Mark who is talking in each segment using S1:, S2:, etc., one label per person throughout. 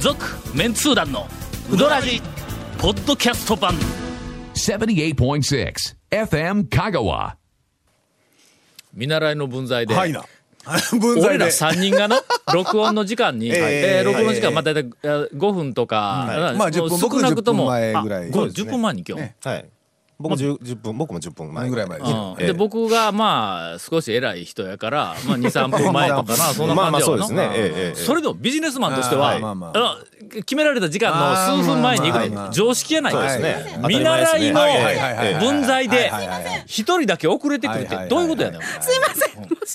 S1: 続メンツー団のウドラジポッドキャスト版
S2: 78.6 FM Kagawa.
S1: 見習いの分際で、
S3: はいな。 分
S1: 俺
S3: 際で。
S1: ら3人が な録音の時間に、
S3: え
S1: え
S3: え
S1: ー録音の時間、
S3: はい
S1: まあ大体えー5分とか、
S3: いまあ10分
S1: もう少なくとも
S3: 僕10分前ぐらい
S1: あ
S3: そ
S1: ご
S3: うですね
S1: 10分前に今日、
S3: ね
S4: はい。僕 10, 10分、僕も10分前
S3: ぐらい前
S1: う
S3: に。
S1: ん
S4: ええ
S1: で僕がまあ少し偉い人やから、まあ、23分前とかなそんな感じやわな、
S4: まあまあそうですね。ええええ
S1: それでもビジネスマンとしては
S3: あ
S1: あ
S3: ーまあまあ
S1: の決められた時間の数分前に行
S3: あー
S1: く
S3: まあま
S1: の
S3: あ
S1: 常識やない
S4: そう
S1: か
S4: ですね。
S1: そ
S4: 当
S1: れ
S4: た
S1: 見習
S4: り前ですね
S1: い
S4: はいはい
S1: の分際で
S3: はいはいはい
S1: 一人だけ遅れてくるってどういうことやねん。
S5: すいま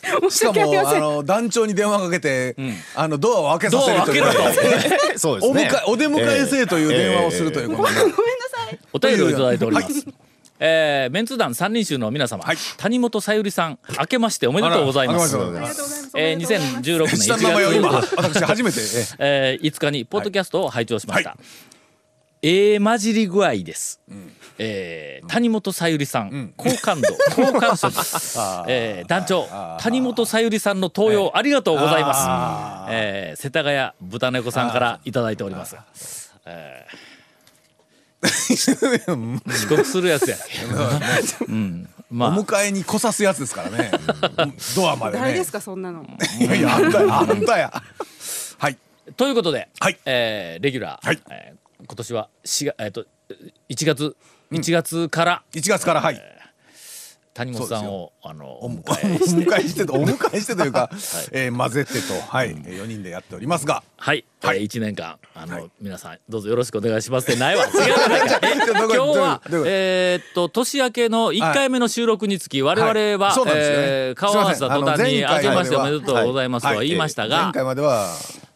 S5: せん。もし申
S3: し
S5: し
S3: か
S5: 訳ありま
S3: も、
S5: せ
S3: あ
S5: ん。
S3: の、団長に電話かけて、あの、ドアを開け
S1: ド
S3: さ
S1: ア
S3: せ
S1: を
S3: る
S1: 開
S3: とい
S1: け
S3: う
S1: ろと。
S4: そうです
S3: お
S4: ね
S3: 迎え。、お出迎えせえという電話をするということで。
S1: お便りをいただいております。えーメンツ団三人衆の皆様、谷本さゆりさん、明けましておめでとうございま
S3: あ
S1: す
S3: らあ。りがとうござい
S5: あり
S3: ます。
S5: がとうございます。
S1: えー、
S5: おめでとうございま
S1: 2016
S5: す
S1: 年
S3: 下
S1: 1
S3: の名前を今、
S1: 月
S3: 私初めて。ええ
S1: えー5日にポッドキャストを拝聴しました、ええ混じり具合です、えー谷本さゆりさん、好感度 好感度です、えー団長谷本さゆりさんの登用ありがとうございます、えー世田谷豚猫さんからいただいておりますえー 遅刻するやつ や、うん、ま
S3: お
S1: あ
S3: 迎えに来さすやつですからね。ドアまでね。
S5: 誰ですかそんなの。
S3: いやいや、あんたや、あんたや。はい。
S1: ということで、
S3: はい
S1: えーレギュラー、
S3: はい
S1: えー今年は4月、えー、と1月1月から
S3: 1月から、はい。
S1: 谷本さんをあのお迎
S3: お
S1: え
S3: 迎えしてと、お迎えしてというか、えー混ぜてと、はい、4人でやっておりますが。
S1: はい、
S3: はい
S1: えー、1年間あの、
S3: はい
S1: 皆さんどうぞよろしくお願いしますってない わ違うじゃないかえ
S3: どう
S1: 今
S3: いうこと
S1: 日は
S3: どういうこと
S1: えーっと年明けの1回目の収録につき我々は、
S3: はいそうなんですよね
S1: えー顔合わせた途端に
S3: すい
S1: 「
S3: ま
S1: 明
S3: せんあの
S1: けましてお
S3: 前回ま
S1: め
S3: では
S1: でとうございます」とは言いましたが、
S3: 前回までは、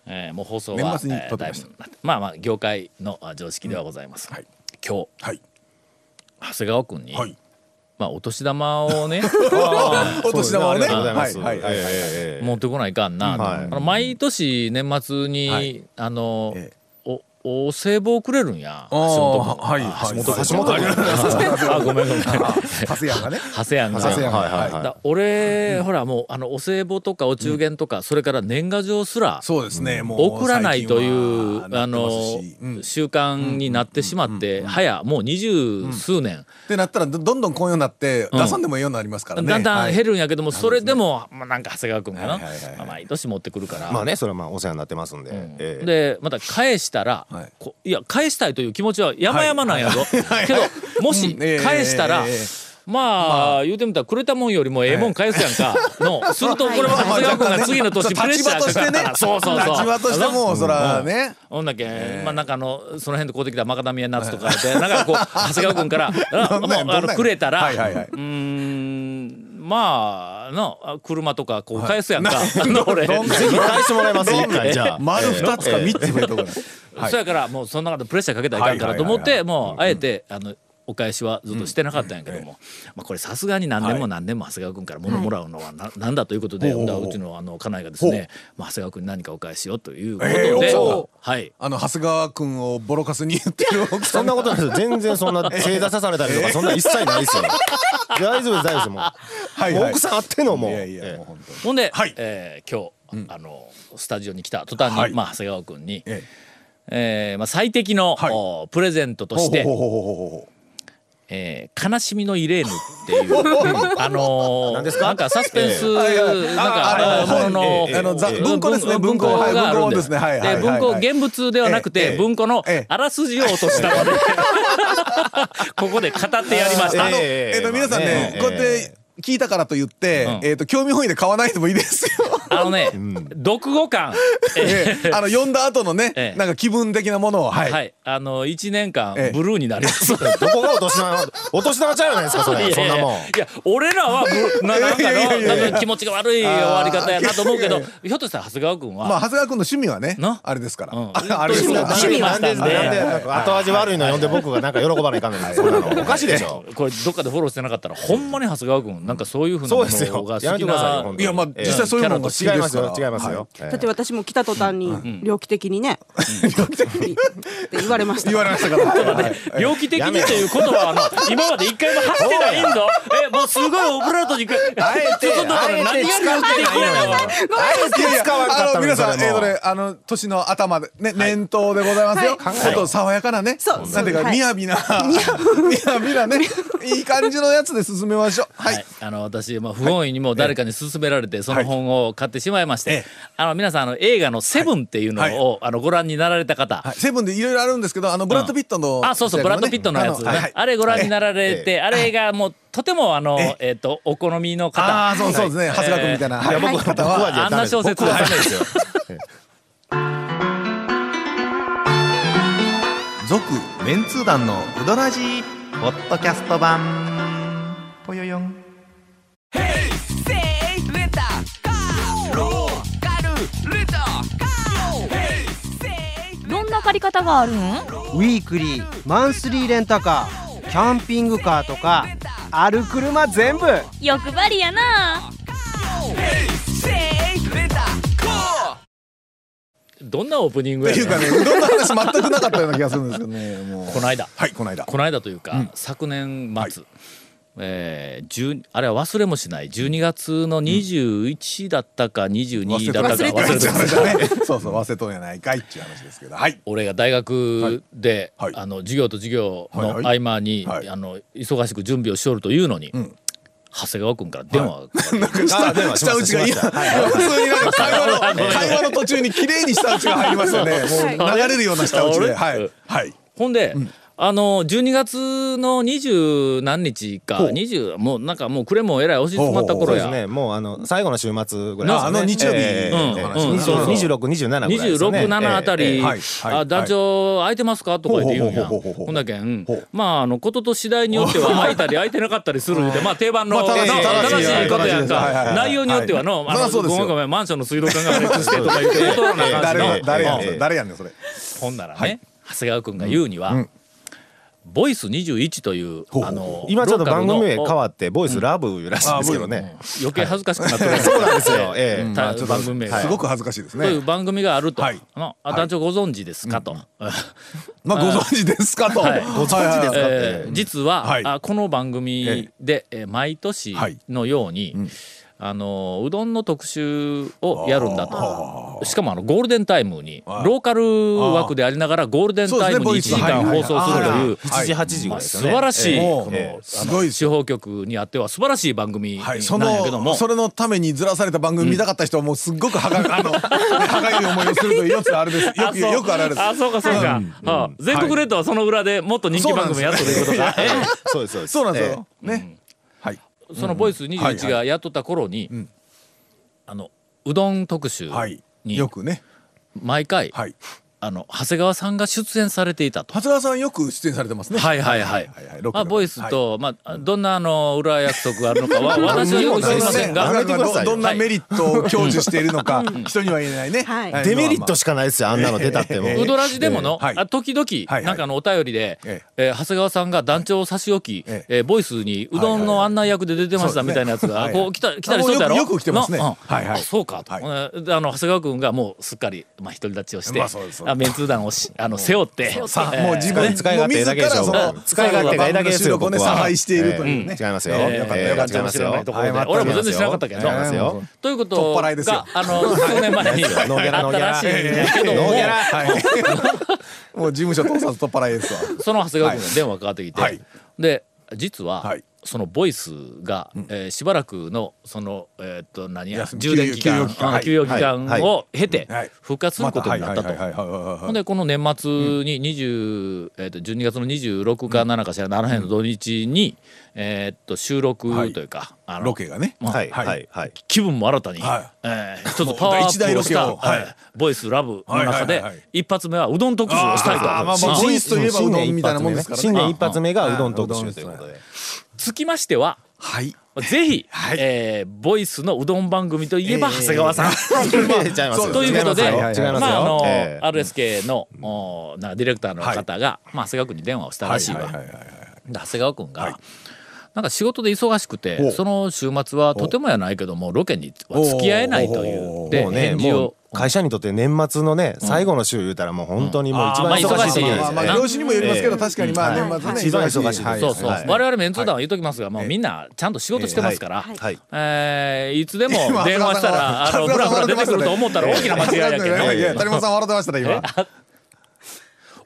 S1: えーもう放送は
S3: 年末に
S1: えー
S3: 撮ってました
S1: だいぶなってまあまあ業界のあ常識ではございます、
S3: はい
S1: 今日
S3: はい、
S1: 長谷川君に、
S3: はい。
S1: まあお年玉を ね
S3: お年玉をね。
S4: ありがとうございます。
S3: はい、はい、はい。
S4: ええええ
S1: 持ってこないかんな、
S4: はい
S1: あの毎年年末に、
S3: はい
S1: あの、
S3: ええ
S1: おお歳暮くれるんや
S3: あ
S1: 橋
S3: あ
S1: 本、君
S3: はい、はい。
S4: 橋本橋本君
S1: あごめんごめん
S3: パスヤがね。
S1: 長谷やんが
S3: 長谷やんが
S4: はいはい
S1: だ
S4: は
S1: 俺、ほらもうあのお歳暮とかお中元とか、それから年賀状すら
S3: そうですね、もう。
S1: 送らないという
S3: 最近は
S1: あの
S3: なってますしうんっ
S1: 習慣になってしまって、早もう二十数年、
S3: てなったら、どどんどんこういうようになって、
S1: ん
S3: 出さんでもいいようになりますからね。
S1: だんだん減
S3: る。
S1: るんやけども、それでも、まあ、なんか長谷川君がな、
S3: はいはいはいはい
S1: まあ毎年持ってくるから、
S4: まあね、それはまあお世話になってますんで。ええ
S1: でまた返したら、
S3: はい
S1: こいや返したいという気持ちは山々なんやぞ、けどもし
S3: うんええ
S1: 返したら、
S3: ええええ
S1: まあ、言うてみたらくれたもんよりもええもん返すやんか、のするとこれは長谷川君が次の年プレッシャーかかったら、
S3: 立
S1: そうそうそう
S3: 場としてもう、そら
S1: うん
S3: ね。
S1: ほんだっけ、まあなんかあのその辺で買うてきたマカダミアナッツとかで、なんかこう長谷川君 からあ
S3: どんなんや
S1: もうあ
S3: どんなん
S1: の
S3: や
S1: くれたら、
S3: はいはいはいう
S1: ーんまあのあ車とかこう返すやんか、あの俺
S3: どんなん
S4: ぜひ返してもらいます、一回じゃあ。
S3: 丸二つか三つ増えとこない。はい
S1: そやからもうそんなことプレッシャーかけたらいかんからと思っ
S3: はい
S1: てもうあえてあのお返しはずっとしてなかったんやけども、まあ、これさすがに何年も何年も長谷川君から物もらうのはななんだということで、
S3: ほうほうほう
S1: うちのあの家内がですね、まあ、長谷川君に何かお返しをということ
S3: えー
S1: で、
S3: お
S1: はい
S3: あの長谷川君をボロカスに言ってる奥さ
S4: そん
S3: ん。
S4: なことないですよ。全然そんな正座刺されたりとか、そんな一切ないですよ。大丈夫です、大丈夫です。もう。
S3: い
S4: もう奥さんあってのもう。
S3: いやいや、も
S4: え
S3: う
S4: え
S3: 本当に。
S1: ほんで、
S3: はい
S1: えー今日、あのスタジオに来た途端に、
S3: はい
S1: まあ、長谷川君に、
S3: え
S1: えーまあ、最適の、
S3: はい
S1: おプレゼントと
S3: え
S1: して
S3: ほうほうほうほうほうほ
S1: えー悲しみのイレーヌっていう、 うんあのー
S4: 何ですか
S1: なんかサスペンス、
S4: え
S3: はいはい
S1: なん
S3: あ
S1: か、
S3: あ
S1: も
S3: の
S1: のの
S4: はいえ
S3: う。あのざ
S4: ええ
S3: 文庫ですね、
S1: 文
S3: 文庫。
S1: 庫
S3: はい
S1: があ
S3: 文
S1: るん
S3: 庫
S1: で
S3: ですね。はいはい
S1: で文庫
S3: はい
S1: 現物ではなくて、
S3: ええ
S1: 文庫の
S3: ええ
S1: あらすじを落としたので、 ここで語ってやりまし
S3: あ
S1: た。
S3: の、
S4: ええ
S3: えっと、皆さんね
S4: え、え
S3: こうやって聞いたからと言って、えっと、興味本位で買わないでもいいですよ。
S1: あのね、読後感、
S3: ええあの、読んだ後の
S1: え
S3: ね、
S1: え
S3: なんか気分的なものを、は。
S1: はいい、あの一年間
S3: ええ
S1: ブルーになります。
S4: どこがお年玉お年玉ちゃうじゃないですか、そ
S1: いやい
S4: れ。
S1: や
S4: そんなもん。
S1: いや俺らはブルななんか
S3: いやいやいやい
S1: の
S3: や
S1: 多分気持ちが悪い終わり方やなと思うけど、ひょっとしたら長谷川君は、
S3: まあ、長谷川君の趣味はね
S1: な、
S3: あれですから。
S1: うん
S3: ああれですか
S1: 趣
S3: ら。
S1: 味はしたんで
S4: なんでなんで後味悪いの呼んで僕がなんか喜ばないかんのにそんなのおかしいでしょ。
S1: これどっかでフォローしてなかったらほんまに長谷川君なんかそういうふうな
S4: そ
S1: も
S4: うですよ
S1: のが。
S4: や
S1: 好き
S4: めてください
S1: な
S4: よ本当に。
S3: いや、まあ、
S4: ええ
S3: 実際そういうものが好真
S4: 違い
S3: で
S4: ますす
S3: か
S4: よ
S3: ら。
S4: 違いますよ、ええ
S5: だって私も来た途端に猟奇的にね、って言われました
S3: 言われましたから。はい
S1: 猟奇的にという言葉はの今まで一回も発してないんぞ。え、もうすごいオブラートにく。
S4: あえて、
S1: そうそうだ
S4: あ
S1: から
S4: えて使うてないのよ。あえて使わんか
S3: あ
S4: った
S3: の
S4: のよ
S3: 皆さ
S4: そ
S3: ん、
S4: れ
S3: えー
S4: も
S3: とね、あの年の頭で、ね、年頭でございますよ。
S5: は
S3: ちょっと爽やかなね、
S5: そう
S3: なんていうか、
S5: はい
S3: 雅な、雅なね、いい感じのやつで進めましょう。は
S1: はいい、、あの私、まあ、不本意にも誰かに勧められてその本を買ってしまいまして、
S3: ええ
S1: あの皆さんあの映画の「セブンっていうのを、
S3: はいは
S1: あのご覧になられた方、
S3: はいセブンでいろいろあるんですけど、あのブラッドピットの、
S1: あそうそうブラッド・ピットのやつ、
S3: あはいはい
S1: あれご覧になられて、あれがもうとてもあの、え
S3: え
S1: っとお好みの
S3: あ
S1: 方
S3: あ、そうそうですね、長谷川君みたいな、はい
S4: や僕は僕はじゃ
S1: あんな小説はダメですよ。
S6: 続メンツー団のウドラジーポッドキャスト版ぽよよん
S7: どんな借り方があるん
S8: ウィークリーマンスリーレンタカーキャンピングカーとかある車全部
S7: 欲張りやな
S1: どんなオープニング
S3: っ
S1: や
S3: て
S1: ね
S3: い
S1: ん
S3: うかね、うどんの話全くなかったような気がするんですけどね、もう。
S1: この間
S3: はい、この間。
S1: この間というか、昨年末、えー10あれは忘れもしない12月の21だったか22だったか
S3: 忘れ
S1: 忘
S3: と
S1: れ
S3: ん
S1: て
S3: じゃ
S1: ま
S3: ない
S1: す
S3: ね。 そうそう、忘れとんやないかいっていう話ですけど、はい。
S1: 俺が大学で、
S3: はいはい
S1: あの授業と授業の
S3: はいは
S1: 合間に、
S3: はい
S1: あの忙しく準備をしとるというのに、長谷川君から電話がかかってきて、
S3: 下
S4: 電話しま
S3: 下打
S4: した
S3: ちがいや
S4: しま
S3: 今普通になんか会話の会話の途中に綺麗に下打ちが入りますよね。もう流れるような下打ちで、
S1: あ
S3: は
S1: れ
S3: いはい。
S1: ほんで、あの12月の二十何日か
S3: ほう
S1: 20もうなんかもう暮れもえらい押し詰まった
S4: そう
S1: 頃
S4: で
S1: や
S4: すね。もうあの最後の週末ぐらいですね。
S3: ああの日曜日の
S1: うんうん
S3: 話。
S1: そうそう
S4: 二十六、二十七ぐらいですね。
S1: 26、7あた
S4: えええ
S1: り「
S4: え
S3: はいはい
S1: あ団長空いてますか?」とか言って言うんや
S3: ほうほうほうほうほう
S1: ほんだけん
S3: ほう
S1: まああのことと次第によっては空いたり空いてなかったりするんでまあ定番の
S3: ま
S1: な
S3: あ正
S4: しい
S1: 正しいことやん
S3: 正しいはいはいは
S1: か
S3: い
S1: 内容によってはのあ
S3: はいそ
S1: の
S3: らそうで
S1: ご
S3: す
S1: め
S3: よ
S1: んごめんマンションの水道管が破裂して」とか言って断らなあかんし
S3: 誰
S1: の
S3: や誰や
S4: え
S3: ね
S4: え
S3: ん誰やねんそれ。
S1: ほんならね、長谷川君が言うには、
S3: うん
S1: ボイス21という、あの
S4: 今ちょっと
S1: ローカル
S4: 番
S1: の
S4: 組名変わってボイスラブらしいですけどね。
S1: 余計恥ずかしくなってる、
S4: そうなんですよ。ええ。
S1: た
S3: あちょっと
S1: 番組名が、
S3: すごく恥ずかしいです
S1: という
S3: ね。
S1: 番組があると、
S3: はい
S1: あのあ団長ご存知ですかと、
S3: まあご存知ですかと。
S1: はい
S3: ご存知ですか
S1: えー実は、
S3: はい
S1: あこの番組で、えー毎年のように、あのうどんの特集をやるんだとしかもあのゴールデンタイムに
S3: あ
S1: ローカル枠でありながらゴールデンタイムに
S3: そ
S1: 1
S3: うです
S1: 時
S3: ね
S1: 間
S3: ボ
S1: 放
S3: イス
S1: 送するという
S3: はい
S4: 一時八時ぐ
S1: まあ
S4: らいで
S1: 素
S4: すよね。
S1: 晴らしい、
S4: ええ
S3: もう
S1: この、
S4: ええ
S1: あ
S3: す
S1: の
S3: ごいです
S1: 地
S3: よ。
S1: 方局にあっては素晴らしい番組なんや
S3: はい、
S1: けど
S3: そ
S1: も、
S3: のそれのためにずらされた番組見たかった人はもうすっごくはがあの歯がゆい思いをするというやつあれですよ
S1: あ
S3: く
S1: そう
S3: よくあるあれです
S1: あそうかそうか、はあ全国レッドはその裏でもっと人気番組やっとるいうことか、ええ
S4: そうですそうです。
S3: そうなんです
S4: ええ
S3: よ、。ね、はい
S1: そのボイス
S3: はいは
S1: 21
S3: い
S1: がやっとった頃に、
S3: ん
S1: あのうどん特集
S3: はい
S1: に
S3: よくね
S1: 毎回、
S3: はい
S1: あの長谷川さんが出演されていたと。
S3: 長谷川さんよく出演されてますね
S1: はいはいはい
S3: はいはいロッ。ク
S1: まあ
S3: の
S1: ボイスと、まあどんなあの裏約束があるのかは 私はよく知りませんが、
S4: やめてくださいよ
S3: どんなメリットを享受しているのか人には言えないね、
S5: はい
S4: デメリットしかないですよ。あんなの出たっても。
S1: ウドラジでもの、
S3: ええはい
S1: あ時
S3: はいは
S1: 々
S3: い
S1: なんかあのお便りで、
S3: え
S1: えー長谷川さんが団長を差し置き、え
S3: え
S1: ーボイスにうどんの案内役で出てました
S3: そう
S1: み
S3: です
S1: た
S3: ね
S1: いなやつが、
S3: はい
S1: こう来た来たりしとったやろ
S3: あもうよくよく来てますね
S1: のうん
S3: はいはい
S1: あそうかと、
S3: はい
S1: えーあの長谷川君がもうすっかり、まあ、独り立ちをして、
S3: まあそうですそうです
S1: あメンツー団をしあの背負って
S3: さ
S1: えー
S3: もう自分
S4: 使い勝手だけでし
S3: もう
S4: ょ
S3: 自らその
S4: 使い勝手がだけです
S3: 収
S4: よ。
S3: 録をね
S4: 僕は
S3: 差配しているという
S4: え
S3: ね
S4: え違いますよ。
S1: ええ
S4: ええ
S1: よかった
S4: 違いますよ
S1: 知らないところで
S4: はい
S1: 俺も全然知らなかったけど
S4: 違いますよ。
S1: ということ
S3: 取っ払いです
S1: が
S3: よ
S1: あの数年 前にあ
S4: ノーギャラ
S1: ったらしいん
S4: ノーギャラ
S1: だけども
S4: ノーギャラ
S3: はい、 もう事務所通さず取っ払いですわ
S1: その長谷川君が電話かかってきて、
S3: はい
S1: で実は、
S3: はい
S1: そのボイスが、えーしばらくのそのえーっと何や
S3: 休み
S1: 充電期間
S3: 休養期間
S1: うん休養期間
S3: はい
S4: はい
S1: を経て
S3: はい
S1: 復活することになったと。
S3: はいはいはいはいはい
S1: ほんでこの年末に20、えー、と12月の26か7かしら7辺の土日に、えーっと収録というか、あの
S3: ロケがね
S4: はいはいはい。
S1: 気分も新たに、
S3: はい
S1: えー一つパワーアップをした
S3: もう一大ロケをはい
S1: えーボイスラブの中
S3: は
S1: で
S3: いはいはいはい
S1: 一発目はうどん特集をしたいと
S3: あーまあまあ
S1: うん
S3: ボイスといえばうどんみたいなもんですからね
S4: 新年一発目がうどん特集ということで。
S1: つきましては
S3: はい
S1: ぜひ、
S3: はい
S1: えーボイスのうどん番組といえば長谷川さん、
S4: ちゃいますよ
S1: ということで、
S4: 違いますよ。
S1: まああの、
S4: ええ
S1: RSK の、おなんかディレクターの方が、まあ長谷川君に電話をしたらしいわ。
S3: はいはいはいはい
S1: で長谷川君が、なんか仕事で忙しく
S3: お
S1: てその週末はとてもやないけどもロケには付き合えないとい
S3: お
S1: うで
S4: もうね
S1: 返事
S4: も
S1: を
S4: う会社にとって年末のね最後の週言うたらもう本当にもう一
S1: うんあ
S4: 番
S1: ーまあ
S4: 忙しい時
S1: 忙しい
S4: で
S3: まあ
S4: すよ
S3: まあ
S1: な
S4: ね
S3: 業種にもよりますけど確かにまあ
S4: はい
S3: 年末ね
S4: 一番忙しい
S3: は
S4: はいい
S1: そうそう、
S4: はい
S1: 我々メンツ団は言っときますが、もうみんなちゃんと仕事してますから、いえーいつでも電話したら、あのブラブラ出てくると思ったら大きな間違いやけど、
S3: いや谷本さん笑ってましたね今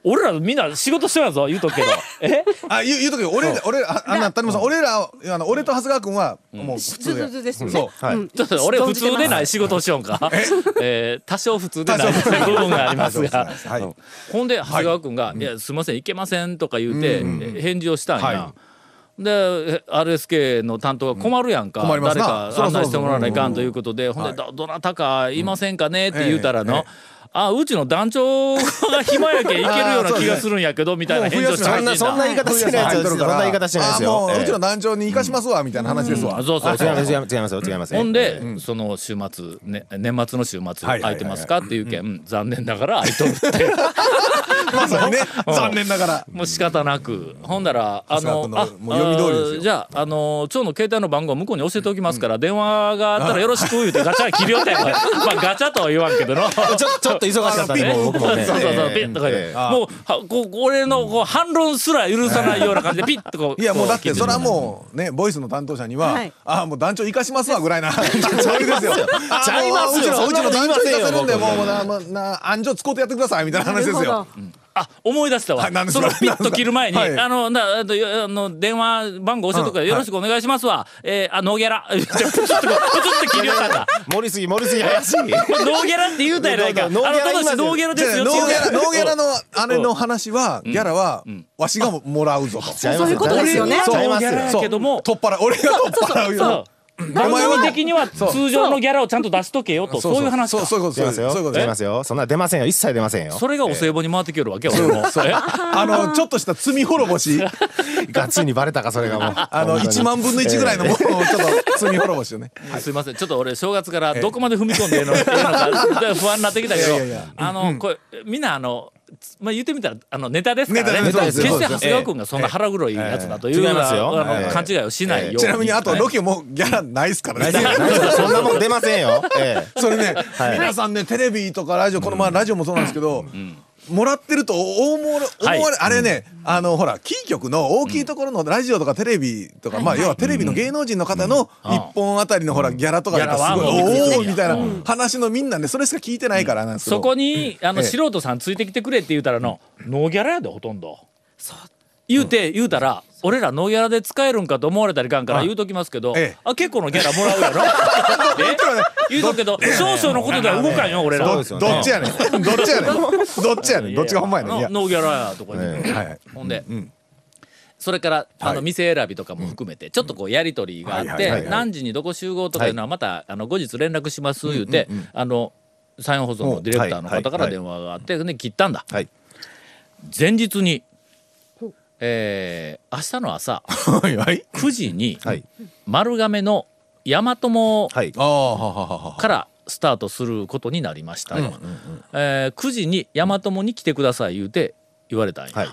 S1: 俺らみんな仕事してますぞ言うとくけどえ
S3: あ言う言うとくよ俺俺ああんな谷本さん俺らあの俺と長谷川君はもう普
S5: ず
S3: 通
S5: ず
S3: や
S5: ずですよ
S3: そ
S5: ね
S3: う。
S4: はい
S5: うん
S1: ちょっと俺普通でない仕事をしようんか、えー多少普通でない部分がありますが、
S3: 多少普通はい
S1: うんほんで長谷川君が「い、やすいません行けません」とか言うて、返事をしたんや。
S3: は
S1: で RSK の担当が困るやんか、
S3: うん困ります
S1: 誰
S3: な
S1: か
S3: そら
S1: 案
S3: そら
S1: 内してもらわないかんということで、ほんで、どどなたかいませんかね?」って言うたらの。
S3: ええ
S1: あうちの団長が暇やけいけるような気がするんやけどみたいな返事をして
S3: もう
S1: ほしいん
S3: 増や
S1: だ
S4: そんな言い方してないやつですよそんな言い方してないですよ
S3: あもう、
S4: ええ
S3: うちの団長に生かしますわみたいな話ですわ、
S1: あそうそう
S4: あ違います違います違います違います
S1: ほんで、その週末、ね、年末の週末
S3: は
S1: 空
S3: いはいはい
S1: いてますかっていう件、うん残念ながら空いとるって
S3: まさにね残念ながら
S1: もう仕方なくほんならあ
S3: 長
S1: の
S3: 谷
S1: あ
S3: 川君のもう読み通りですよ
S1: あじゃああの蝶の携帯の番号向こうに教えておきますから、電話があったらよろしく言うてガチャ切りよったん やんまあガチャとは言わんけどの。
S4: ちょちょっと忙しかったんでもう僕もね
S1: そうそうそう、
S4: え
S1: ピ
S4: え
S1: ッとか言う
S4: ええ
S1: もうはこう俺のこう反論すら許さないような感じでピッとこう
S3: いやもう
S1: こ
S3: だって
S1: 切
S3: それは
S1: る
S3: もうねボイスの担当者には、
S5: はい
S3: ああもう団長生かしますわぐらいな そうですよ
S4: ちゃいますよ
S3: ああもううちのうちの団長生かせるんで
S4: そん
S3: も
S4: なこ
S3: うもうなもうな安城使うてやってくださいみたいな話です
S5: なるほ
S3: よ
S5: ど。
S1: あ思い出したわ、
S3: はい何で
S1: そ
S3: すか
S1: のピッと切る前に、
S3: はい
S1: あのなあとよあの電話番号教えとくからよろしくお願いしますわ、えーあノーギャラ ちょっとちょっと切りよったん だ
S4: 盛りすぎ盛りすぎ怪しい
S1: これノーギャラって言うたやないかあの
S4: ノーギャ
S1: た
S4: ラ
S1: だしノーギャラですよ
S3: ノーギャラノーギャラ
S1: の
S3: のあれの話は、ギャラは、わしがももらうぞと。
S4: 違
S5: そういうことですよね
S4: ちゃい
S1: ノー
S4: ま
S1: ギ
S4: す
S1: ャ
S4: よ
S1: ラやけども
S3: 取っ払う俺が取っ払うよ。
S1: そう番
S3: お前は
S1: 組的には通常のギャラをちゃんと出しとけよとそういう話か
S3: そうそういうこと
S4: 出ます
S3: そう
S4: よ
S3: いうこと
S4: 出ますよそんな出ませんよ一切出ませんよ
S1: それがお歳暮に回ってきよるわけ俺もえ
S3: あのちょっとした罪滅ぼし
S4: ガチにバレたかそれがもう
S3: あ の1万分の1ぐらいのものをちょっと罪滅ぼしよね。
S1: すいませんちょっと俺正月からどこまで踏み込んでいいのい いのか不安になってきたけど
S3: いやいやいや
S1: あのこれみんなあのつまあ言ってみたらあのネタですからね
S3: ネタです
S1: 決
S3: ネタ
S1: し
S3: で
S1: て長
S3: す
S1: 谷川君がそんな腹黒いやつだという
S4: ええ
S1: ような
S4: 違いますよ
S1: あの
S4: ええ
S1: 勘違いをしないように
S3: ちなみにあとロケもギャラないですからね。
S4: そんなもん出ませんよええ
S3: それね、皆さんねテレビとかラジオこのまあラジオもそうなんですけど、もらってると思われ思われ、
S1: はい
S3: あれね、あのほらキー局の大きいところのラジオとかテレビとか、まあ要はテレビの芸能人の方の一本あたりのほらギャラとかやったらすごい
S1: ギャラはもう
S3: おおーみたいな話のみんなねそれしか聞いてないからなんですけど。
S1: そこにあの
S3: ええ
S1: 素人さんついてきてくれって言うたらの、ノーギャラやでほとんど。言うて、言うたら俺らノーギャラで使えるんかと思われたりいかんから言うときますけど、
S3: ええ
S1: あ結構のギャラもらうや ろえ言うとくけど少々のことでは動かんよ俺ら
S4: そう
S1: ノ
S4: ですよね
S3: どっちやねん。どっちや ねん。どっちやねん。どっちがほんまやねん。いや。
S1: ノーギャラやとか言って
S3: ええはいはい
S1: ほんで、それからあの店選びとかも含めてちょっとこうやり取りがあっ
S3: はいはいはい
S1: て
S3: はい
S1: 何時にどこ集合とかいうのはまたあの後日連絡します言うてあの山陽放送のディレクターの方から電話があってね切ったんだ
S4: はい
S1: 前日にえー明日の 朝
S3: はいはい。
S1: 9時に
S4: はい
S1: 丸亀の大和
S4: はい
S3: ああはははは。
S1: からスタートすることになりましたよ、えー9時に大和に来てください言うて言われたんや、
S4: はい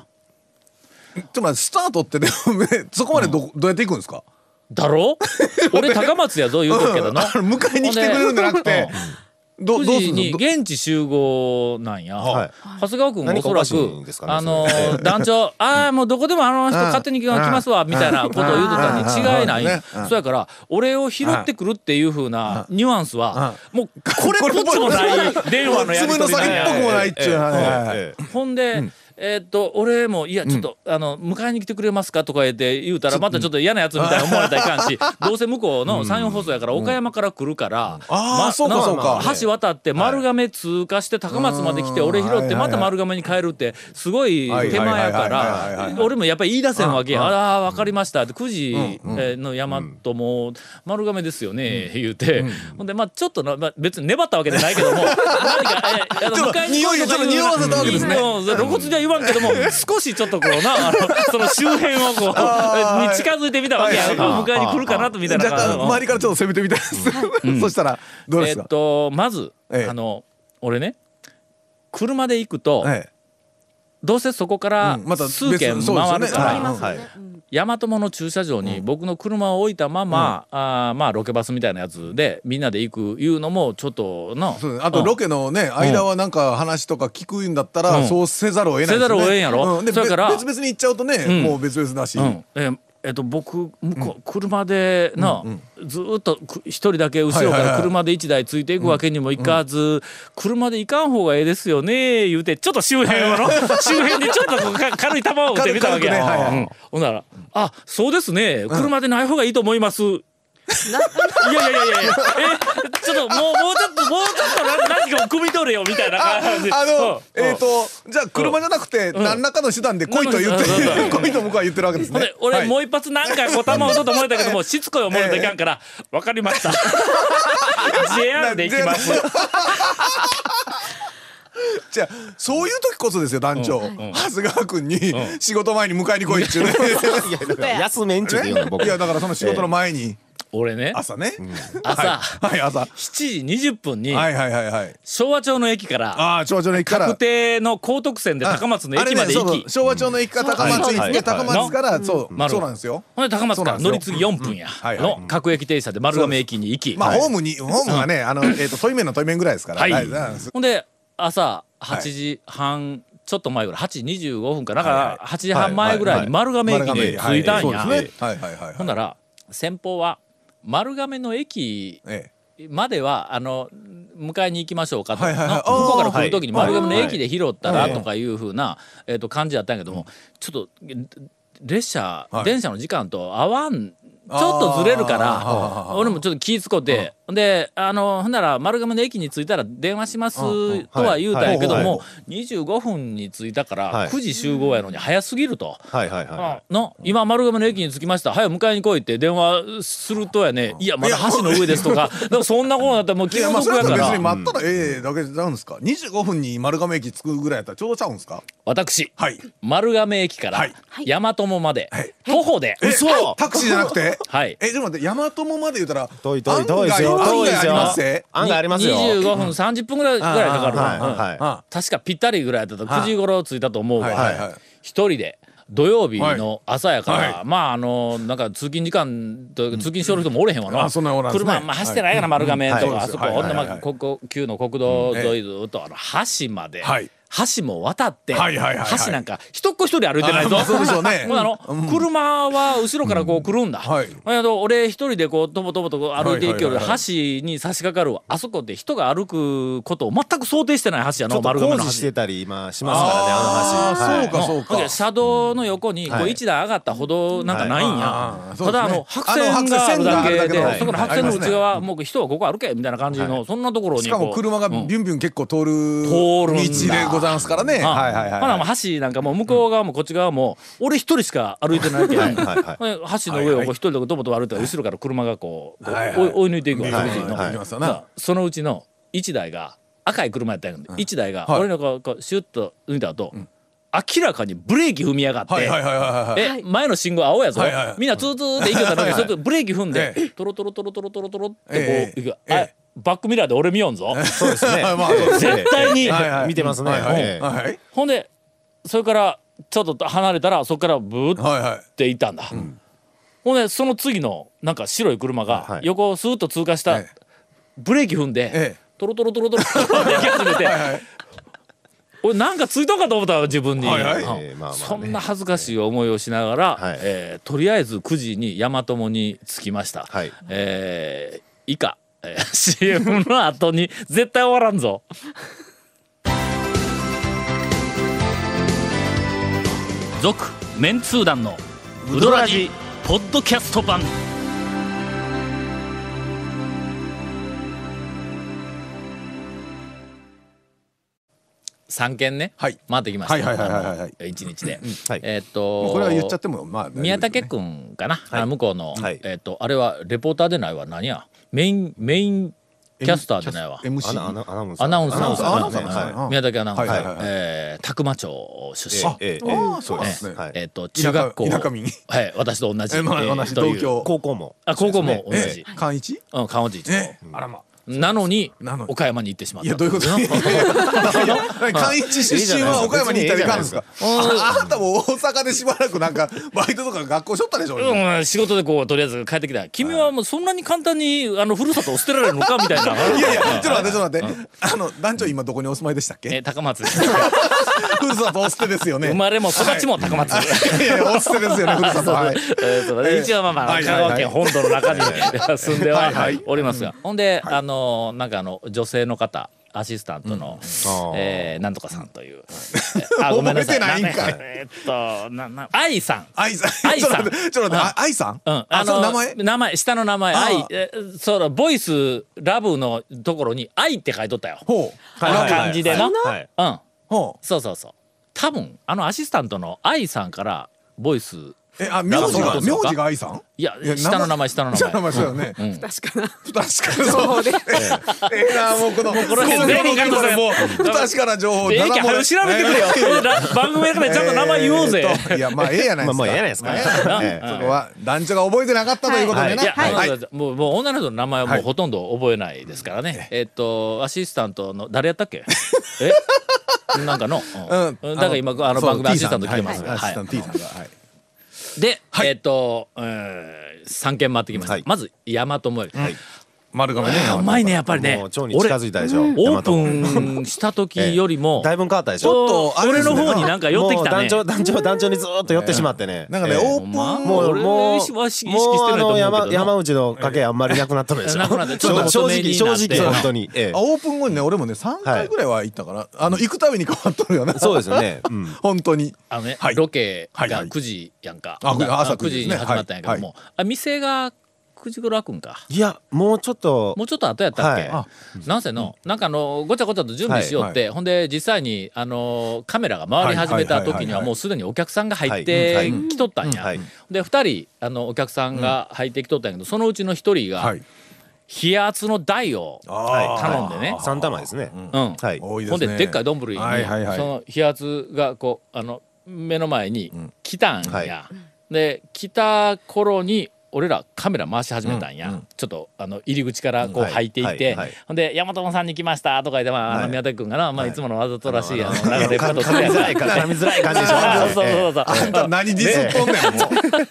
S3: つまりスタートってでもねそこまでど,、どうやって行くんですか
S1: だろ俺高松やぞ言うとくけどな
S3: あの迎えに来てくれるんじゃなくてど
S1: 9
S3: どうす
S1: 時
S3: る
S1: に
S3: の
S1: 現地集合なんや、
S4: はい
S1: 長谷川君おそら
S4: 何かおかしいんで
S1: く、
S4: すかね
S1: あの
S4: それ
S1: ー団長「ああもうどこでもあの人勝手に来ますわ」みたいなことを言うとったに違いない
S3: ああああ
S1: そうやから俺を拾ってくるっていうふうなニュアンスはもうこれっぽっちもない電話のやり
S3: 粒
S1: 取
S3: の
S1: りなん
S3: 先っ
S1: や
S3: ぽくもないっちゅう、はいはいはい
S4: ええ
S1: ほんで、えーっと俺も「いやちょっと、あの迎えに来てくれますか?」とか言って言うたらまたちょっと嫌なやつみたいに思われたらいかんし どうせ向こうの山陽放送やから岡山から来るから、
S3: あー
S1: ま
S3: そうか
S1: な
S3: そうか
S1: 橋渡って丸亀通過して高松まで来て俺拾
S3: は
S1: っ
S3: いは
S1: て
S3: いは
S1: ま
S3: い
S1: た丸亀に帰るってすごい手前やか
S3: はいはいはいはいはい
S1: ら俺もやっぱり言い出せんわけや「ああ分かりました」って9時えーの大和も丸亀ですよね言うてほんでまあちょっとなまあ別に粘ったわけじゃないけ ども何かえーあの
S3: ちょっと
S1: 迎えに来いとかいう
S3: 匂いをちょっと匂わせたわけですね
S1: うん露骨には言わんけど も少しちょっとこうなあのその周辺をこう
S3: あー
S1: に近づいてみたわけや
S3: はい
S1: あ迎えに来るかなとみたいな
S3: 若
S1: 感じ
S3: 干
S1: の
S3: 周りからちょっと攻めてみたいです、 そしたらどうで
S1: え
S3: す
S1: ー
S3: か
S1: っ、とまず
S3: ええ
S1: あの俺ね車で行くと
S3: ええ
S1: どうせそこから
S3: うんまた別の
S1: 数軒
S3: そうで
S1: 回
S3: すよね
S1: るか
S5: あ
S1: ら
S5: りますよね
S4: は
S5: うん
S1: 大和の駐車場に僕の車を置いたまま、あーまあロケバスみたいなやつでみんなで行くいうのもちょっとな
S3: そうですあとロケのね、間はなんか話とか聞くんだったら、
S1: うん
S3: そうせざるを得ないですね
S1: せざるを得んやろ
S3: うん、で
S1: それから
S3: べ別々に行っちゃうとね、
S1: ん
S3: もう別々だし、
S1: うんえーえっと、僕向こう車でな、ずーっとく一人だけ後ろか
S3: はいはい
S1: ら
S3: はい
S1: 車で一台ついていくわけにもいかず、車で行かん方がええですよね言うてちょっと周辺をの周辺でちょっとこうか軽い球を打ってみたわけや、
S3: 軽くねはいはい
S1: うんほんなら「あそうですね車でない方がいいと思い ます」いやいやいやいやえちょっともうもうちょっともうちょっとな何かを汲み取れよみたいな感じ
S3: あの、
S1: うん
S3: えっ、とじゃあ車じゃなくて、
S1: ん
S3: 何らかの手段で来いと言って、
S1: うん
S3: 来いと僕は言ってるわけです
S1: ほん
S3: ね
S1: で、俺、
S3: はい
S1: もう一発何回も弾を打とうと思えたけ ども、しつこい思うといかんから、わかりました。JR で行きます。
S3: じゃあそういう時こそですよ団長、
S1: ん
S3: 長谷川君に、仕事前に迎えに来いっ ていうね
S4: 安めんちゅうって言うの僕
S3: いやだからその仕事の前に、
S1: 俺ね、
S3: 朝ね、
S1: 朝、
S3: はい朝は
S1: 7時20分に
S3: い、はいはいはい
S1: 昭和町の駅から、
S3: ああ昭和町の駅から
S1: 確定の高徳線で高松の
S3: あれ
S1: 駅
S3: ね
S1: まで
S3: そ
S1: 行
S3: うそう
S1: き、
S3: 昭和町の駅から高松
S5: そう
S3: 行
S5: そ
S3: っ
S5: う
S3: て高松からそう
S1: 丸
S3: そうなんですよ
S1: ほんで高松から乗り継ぎ4分や、
S3: はいはい
S1: の各駅停車で丸亀駅に行き、
S3: まあ
S1: はい
S3: ホームにホームはねあのえっと対面の対面ぐらいですから
S1: はい
S3: なんです
S1: ほんで、朝8時半、ちょっと前ぐらい、8時25分かな、だから8時半前ぐらいに丸亀駅に着いたん
S3: そう
S1: や。
S3: ですねはいはいはい
S1: ほんな
S3: は
S1: いら先方は丸亀の駅
S3: え
S1: まではあの迎えに行きましょうかと、
S3: はいはいはい
S1: の
S3: あー
S1: 向こうから来る時に
S3: はい
S1: 丸亀の駅で拾ったらとかいうふうな、えっと感じやったんやけどもちょっとで列車、
S3: はい
S1: 電車の時間と合わんちょっとずれるか
S3: あーは
S1: ら
S3: は
S1: 俺もちょっと気ぃつこてであのほんなら丸亀の駅に着いたら電話します
S4: うん
S1: とは言うたんやけど
S4: はいはい
S1: も25分に着いたから
S4: はい
S1: 9時集合やのに早すぎると。
S4: はいはいは
S1: の今丸亀の駅に着きました早く迎えに来いって電話するとやねいやまだ橋の上ですとかでもそんなことだったらもう
S3: い
S1: 気
S3: や
S1: の
S3: まあそ
S1: 毒やか
S3: れと別
S1: ら、
S3: に待ったらええだけちゃうんですか25分に丸亀駅着くぐらいやったらちょうどちゃうんですか
S1: 私
S3: はい
S1: 丸亀駅か
S3: は
S1: ら
S3: い
S1: 大和もまで徒歩で、
S3: えタクシーじゃなくて
S1: はい
S3: えでも待って大和もまで言うたら
S4: 遠い遠い遠いです
S3: 案
S4: よ
S3: 外
S4: 遠いですよ
S3: 案外ありますぜ
S4: 案外ありますよ
S1: 25分30分ぐらいぐらいかかるわ
S4: はい
S1: うん
S4: はい
S3: あ
S1: 確かぴったりぐらいだった9時頃着いたと思うわ、
S3: はいはいはい
S1: 一人で土曜日の朝やから、
S3: は
S1: まああのなんか通勤時間というか通勤しよる人もおれへんわな、
S3: あそんなおらんですね
S1: 車、まあ、走ってないから丸亀とか、
S4: はい
S1: あそこ、
S3: はい
S1: ほんでま
S3: はいは
S1: あ
S3: い
S1: ここ旧の国道沿いずっとあの橋まで、
S3: はい
S1: 橋も渡って、
S3: はいはいはいはい
S1: 橋なんか一っ子一人歩いてないぞ
S3: あそうでしょうね
S1: ほなあの、
S3: うん
S1: 車は後ろからこう来るんだ、
S3: はい
S1: ほんやと俺一人でこうとぼとぼとこう歩いていくより
S3: はいはいはいはい
S1: 橋に差し掛かるあそこって人が歩くことを全く想定してない橋や
S4: いちょ
S1: の
S4: っと
S1: 丸亀
S4: 工
S1: の橋
S4: 事してたり今しますからねあの橋
S3: あー
S4: はい
S3: そうかそうか
S1: だけど車道の横にこ
S4: は
S1: う
S4: い
S1: 一段上がった歩道なんかないん
S3: はい
S1: や
S3: あ。ーそう
S1: た
S3: ですね
S1: だあの白線があるだけ
S3: あの白線があるだけ
S1: で
S3: ではい
S1: そこの白線の内側もう人はここ歩けみたいな感じのそんなところに
S3: しかも
S1: こう
S3: 車がビュンビュン結構通る
S1: 通るん
S3: 道
S1: だ
S3: でございますからね。
S1: あ
S4: はいはいはい
S1: ほなもう橋なんかもう向こう側もこっち側も俺一人しか歩いてないけど
S4: はいはいはい
S1: 橋の上をこう一人でドボドボ歩いて後ろから車がこうこう
S3: はいはい
S1: 追い追い抜いていくわ
S3: ビ
S1: け
S3: ュン
S1: です
S3: ビュン
S1: よ
S3: 行きます
S1: さ
S3: よな。
S1: あそのうちの1台が赤い車やったんやけど1台が
S3: はい
S1: 俺のこうこうシュッと抜いた後明らかにブレーキ踏みやがって
S3: はいはいはいはいはい。
S1: え前の信号青やぞ、
S3: はいはいはい
S1: みんなツーツーって行けたのに、それとブレーキ踏んで、
S3: え
S1: トロトロトロトロトロトロってこう、
S3: ええ
S1: 行く
S3: ええ
S1: あバックミラーで俺見よんぞ、
S4: そうですね
S3: まあそうですね
S1: 絶対に、
S3: はいはい
S4: 見てますね
S3: はいはい
S4: ええ
S3: はい
S1: ほんでそれからちょっと離れたらそこからブーッ
S3: はいはい。
S1: て行ったんだ、ほんでその次のなんか白い車が
S4: はい
S1: 横をスーッと通過した、
S3: ええ
S1: ブレーキ踏んで、
S3: ええ
S1: トロトロトロトロトロって行き始めて
S3: はいはい
S1: 俺なんかついたんかと思ったわ自分に、
S3: はいはい
S1: うん
S4: ええまあまあね
S1: そんな恥ずかしい思いをしながら、
S4: はい
S1: えーとりあえず9時に大和もに着きました、
S4: はい
S1: えー以下、えー CM の後に絶対終わらんぞ続メンツー団のウドラジポッドキャスト版3件ね、
S3: はい
S1: 回ってきました、
S3: はいはいはいはいはい
S1: あの一日で、
S4: はい
S1: えーっと
S3: これは言っちゃってもまあ大丈夫ですね
S1: 宮武君かな、あの向こうの、
S4: はい
S1: えっ、とあれはレポーターでないわ何やメインメインキャスターでないわ
S3: MC
S4: アナアナアナウンサー
S1: アナウンサー
S3: アナウンサーアナ
S4: ね
S3: ウンサー
S4: はい
S3: ー
S1: 宮武アナウンサー、
S3: はいはいはい
S1: えー宅間町出身
S4: ええええ
S3: ああそうなんですね
S4: は
S1: えっ、
S4: い
S1: と中学校
S3: 田舎田舎民
S1: はい私と同じ、
S3: えまあ
S1: えー
S3: 同じ
S1: という
S3: 同郷
S4: 高校も
S1: あ高校も同
S3: え
S1: じ、
S3: 関一
S1: うん、川内一郎
S3: えあらま
S1: なのに
S3: なのに
S1: 岡山に行ってしまった
S3: いやどういうこといや 関一出身は岡山にいたらいかんですかああなたも大阪でしばらくなんかバイトとか学校しょったでしょ、
S1: うん、仕事でこうとりあえず帰ってきた君はもうそんなに簡単にあのふるさとを捨てられるのかみたいな
S3: いやいやちょっと待ってちょっと待ってあの団長今どこにお住まいでしたっ
S1: え
S3: け
S1: 高 松です
S3: ふるさとお捨てですよね
S1: 生まれも育ちも高松、
S3: いやいやお捨てですよねふるさとはい
S1: えーそうだね一応まあまあ
S3: はい
S1: 香川県本土の中に住んでは
S3: はいはい
S1: おりますがほんであのーなんかあの女性の方アシスタントの、えーなんとかさんという、あごめんなさい
S3: 覚えてないんかい
S1: なえーっとなな愛さん
S3: 愛さん
S1: 愛
S3: ちょっ
S1: さ
S3: と
S1: ん
S3: 待ってちょっと待ってあ愛さん、
S1: うん、
S3: あその名前
S1: 名前下の名前
S3: ああ
S1: 愛えーそうだボイスラブのところに愛って書いとったよ
S3: ほう
S1: あの感じでな、
S4: はい
S1: うん
S3: ほう
S1: そうそうそう多分あのアシスタントの愛さんからボイス
S3: えあ名字
S1: ラ
S3: が
S1: ブソング
S3: 名字が愛さん
S1: いや下の名前下の名前
S3: 下の名前そうよね、
S5: 確かな。
S3: 不確かなそうでええなもうこのもう
S1: この辺全員カットされる
S3: もう不確かな情報
S1: ええきゃ
S3: だだ漏
S1: 早
S3: れ
S1: く調べてくれよ番組やからちゃんと名前言おうぜ、
S3: えーっといやまあええやないですか
S4: まあまあええやないですか
S3: ええやないですかそこは団長が覚えてなかったということでね
S1: いや、
S3: はい
S1: あのもうもう女の人の名前はもうほとんど覚えないですからね、えっとアシスタントの誰やったっけえなんかの、う
S3: うん
S1: ん、だから今あの
S3: そう
S1: 番組ア
S3: T
S1: シ
S3: さ
S1: ス
S3: ん
S1: タント来てます
S3: はいアシスタント T さんがはい
S1: で、
S3: はい
S1: えっ、と、えー、3軒回ってきました、
S4: はい
S1: まず大和萌、はい、
S3: 丸亀ね
S1: あうまいねやっぱりね
S4: もう腸に近づいたでしょ。
S1: 俺オープンした時より も、
S4: だいぶ変わったでし
S1: ちょ
S4: ょ。
S1: っと
S3: あれで
S1: 俺
S3: すね
S1: の方になんか寄ってきた
S4: も
S1: ね
S4: う団長団長団長にずーっと寄ってしまってね。
S3: なんかね
S4: ええ
S3: オー
S1: ほ
S3: プ
S1: ん
S3: ン
S1: ま
S4: もう
S1: 俺
S4: もう
S1: 意識は意識してない
S4: もうあ
S1: と思う
S4: の
S1: けどな
S4: 山山内の賭けあんまりなくなったのでしょ。
S1: なくなったちょっと太
S4: 正
S1: め
S4: 直
S1: に
S4: 正
S1: なって
S4: 直本当に。ええ
S3: あオープン後にね俺もね3回ぐらいは行ったからあの行くたびに変わっとるよね
S4: そうですよね。うん
S3: 本当に
S1: あのね、
S3: はい
S1: ロケ
S3: はいは
S1: が
S3: い
S1: 9時やんか、
S3: あ
S1: ほんなら
S3: 朝
S1: あ
S3: 9
S1: 9
S3: 時
S1: 時
S3: です
S1: に
S3: ね
S1: 始まったんやけども、
S3: は
S1: あ店が9時頃開くんか
S4: いやもうちょっと
S1: もうちょっと後やったっけ、
S4: はい
S1: あなんせの、なんかあのごちゃごちゃと準備しよって、ほんで実際にあのカメラが回り始めた時にはもうすでにお客さんが入ってきとったんや、
S4: はいうん
S1: で2人あのお客さんが入ってきとったんやけどそのうちの1人が
S3: はい
S1: 冷圧の台を
S4: はい
S1: 頼んでね、
S4: 三玉ですね。
S1: うん
S4: はい。
S3: 多いです
S1: ほん
S3: ね
S1: ででっかい丼に、
S3: はいはいはい
S1: その飛圧がこうあの目の前に来たんや、
S4: はい
S1: で来た頃に俺らカメラ回し始めたんや、ちょっとあの入り口からこう
S4: はい
S1: 入っていって、
S4: はいはい
S1: ほんで「大和さんに来ました」とか言って、まああの
S4: はい
S1: 宮田君がな、まあ、いつものわざとらしい、あの
S4: あ
S1: なんか
S4: の
S1: レポートして
S4: 絡みづらい絡みづらい感じでしょ。
S1: そう
S4: え
S1: そ
S4: え
S1: うそうそう、
S3: あんた何ディスっ とんねんもう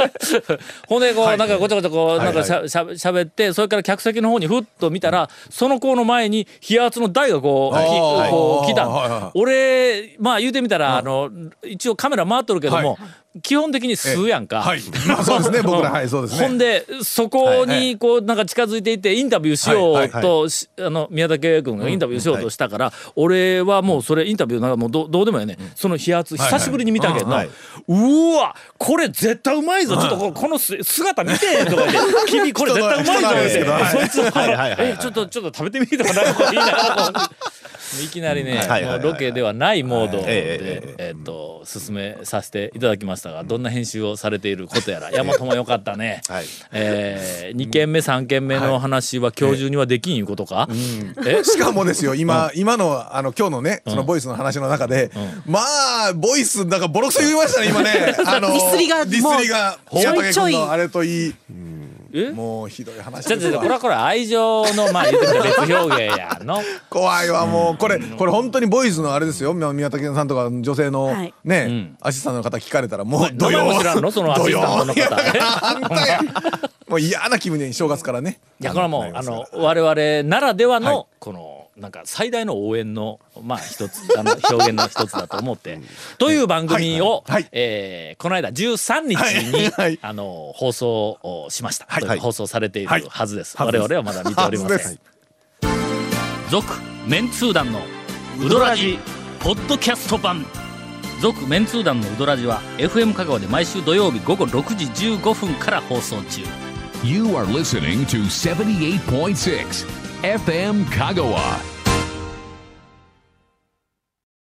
S1: ほんでこうなんかごちゃごちゃこうなん
S3: は
S1: か
S3: い
S1: しゃしゃしゃべってそれから客席の方にふっと見たらその子の前に飛圧の台がこうき
S3: あー
S1: こう来たん
S3: はいはい
S1: 俺まあ言うてみたらあの一応カメラ回っとるけども
S3: は
S1: 基本的に吸うやんか。
S3: はいまあそうですね僕らはいそうですね
S1: ほんでそこにこうなんか近づいていってインタビューしよ
S3: は
S1: う
S3: いはい
S1: としあの宮田圭君がインタビューしようとしたから俺はもうそれインタビューなんかもうどどうでもいいねその飛圧
S3: いはい
S1: 久しぶりに見たけど
S4: うんはいう
S1: わこれ絶対うまいぞちょっとここのす姿見てとか言って「君これ絶対うまいぞ」
S3: 人の
S1: ってそいつあ
S4: はい
S1: の
S4: はいはいはい
S1: えちょっとちょっと食べてみ」とかなんか言いながらこういきなりね
S4: はいはいはいはい
S1: もうロケではないモード
S4: ええ
S1: でえっと進めさせていただきましたがどんな編集をされていることやら大和も良かった ね。
S4: はい
S1: え2件目3件目のお話は今日中にはできんいうことかえ
S3: しかもですよ今、今のあの今日のねそのボイスの話の中で、まあボイスなんかボロクソ言いましたね 今ねあの
S5: ディスりが
S3: ディスりが
S5: もう
S3: 宮武
S5: ちょ
S3: 君
S5: い
S3: のあれといい
S1: え
S3: もうひどい話
S1: ちょ
S3: で
S1: っ
S3: す
S1: とこれ
S3: わ
S1: はこれは愛情のまあ言うてみたら別表現やの。
S3: 怖いわもうこれこれ本当にボイスのあれですよみ宮武さんとか女性の
S5: はい
S3: ね、
S1: ん
S3: アシスタントの方聞かれたらもう
S1: 名
S3: ど
S1: 前
S3: よ
S1: も知らんのそのアシスタントの
S3: どよー
S1: 方
S3: いやあんた やもう嫌な気分で正月からね
S1: いやこれはもうあの我々ならではのこのなんか最大の応援のまあ一つあの表現の一つだと思ってという番組を
S3: はいはい
S1: えーこの間13日
S3: はいは
S1: に
S3: い
S1: あの放送をしました
S3: はいはい
S1: 放送されている
S3: はい
S1: はずです
S3: は
S1: 我
S3: ずです
S1: 々はまだ見ておりま
S3: はずで
S1: せん
S3: す
S1: 続メンツー団のウドラジポッドキャスト版続メンツー団のウドラジは FM 香川で毎週土曜日午後6時15分から放送中
S2: You are listening to 78.6 FM Kagawa.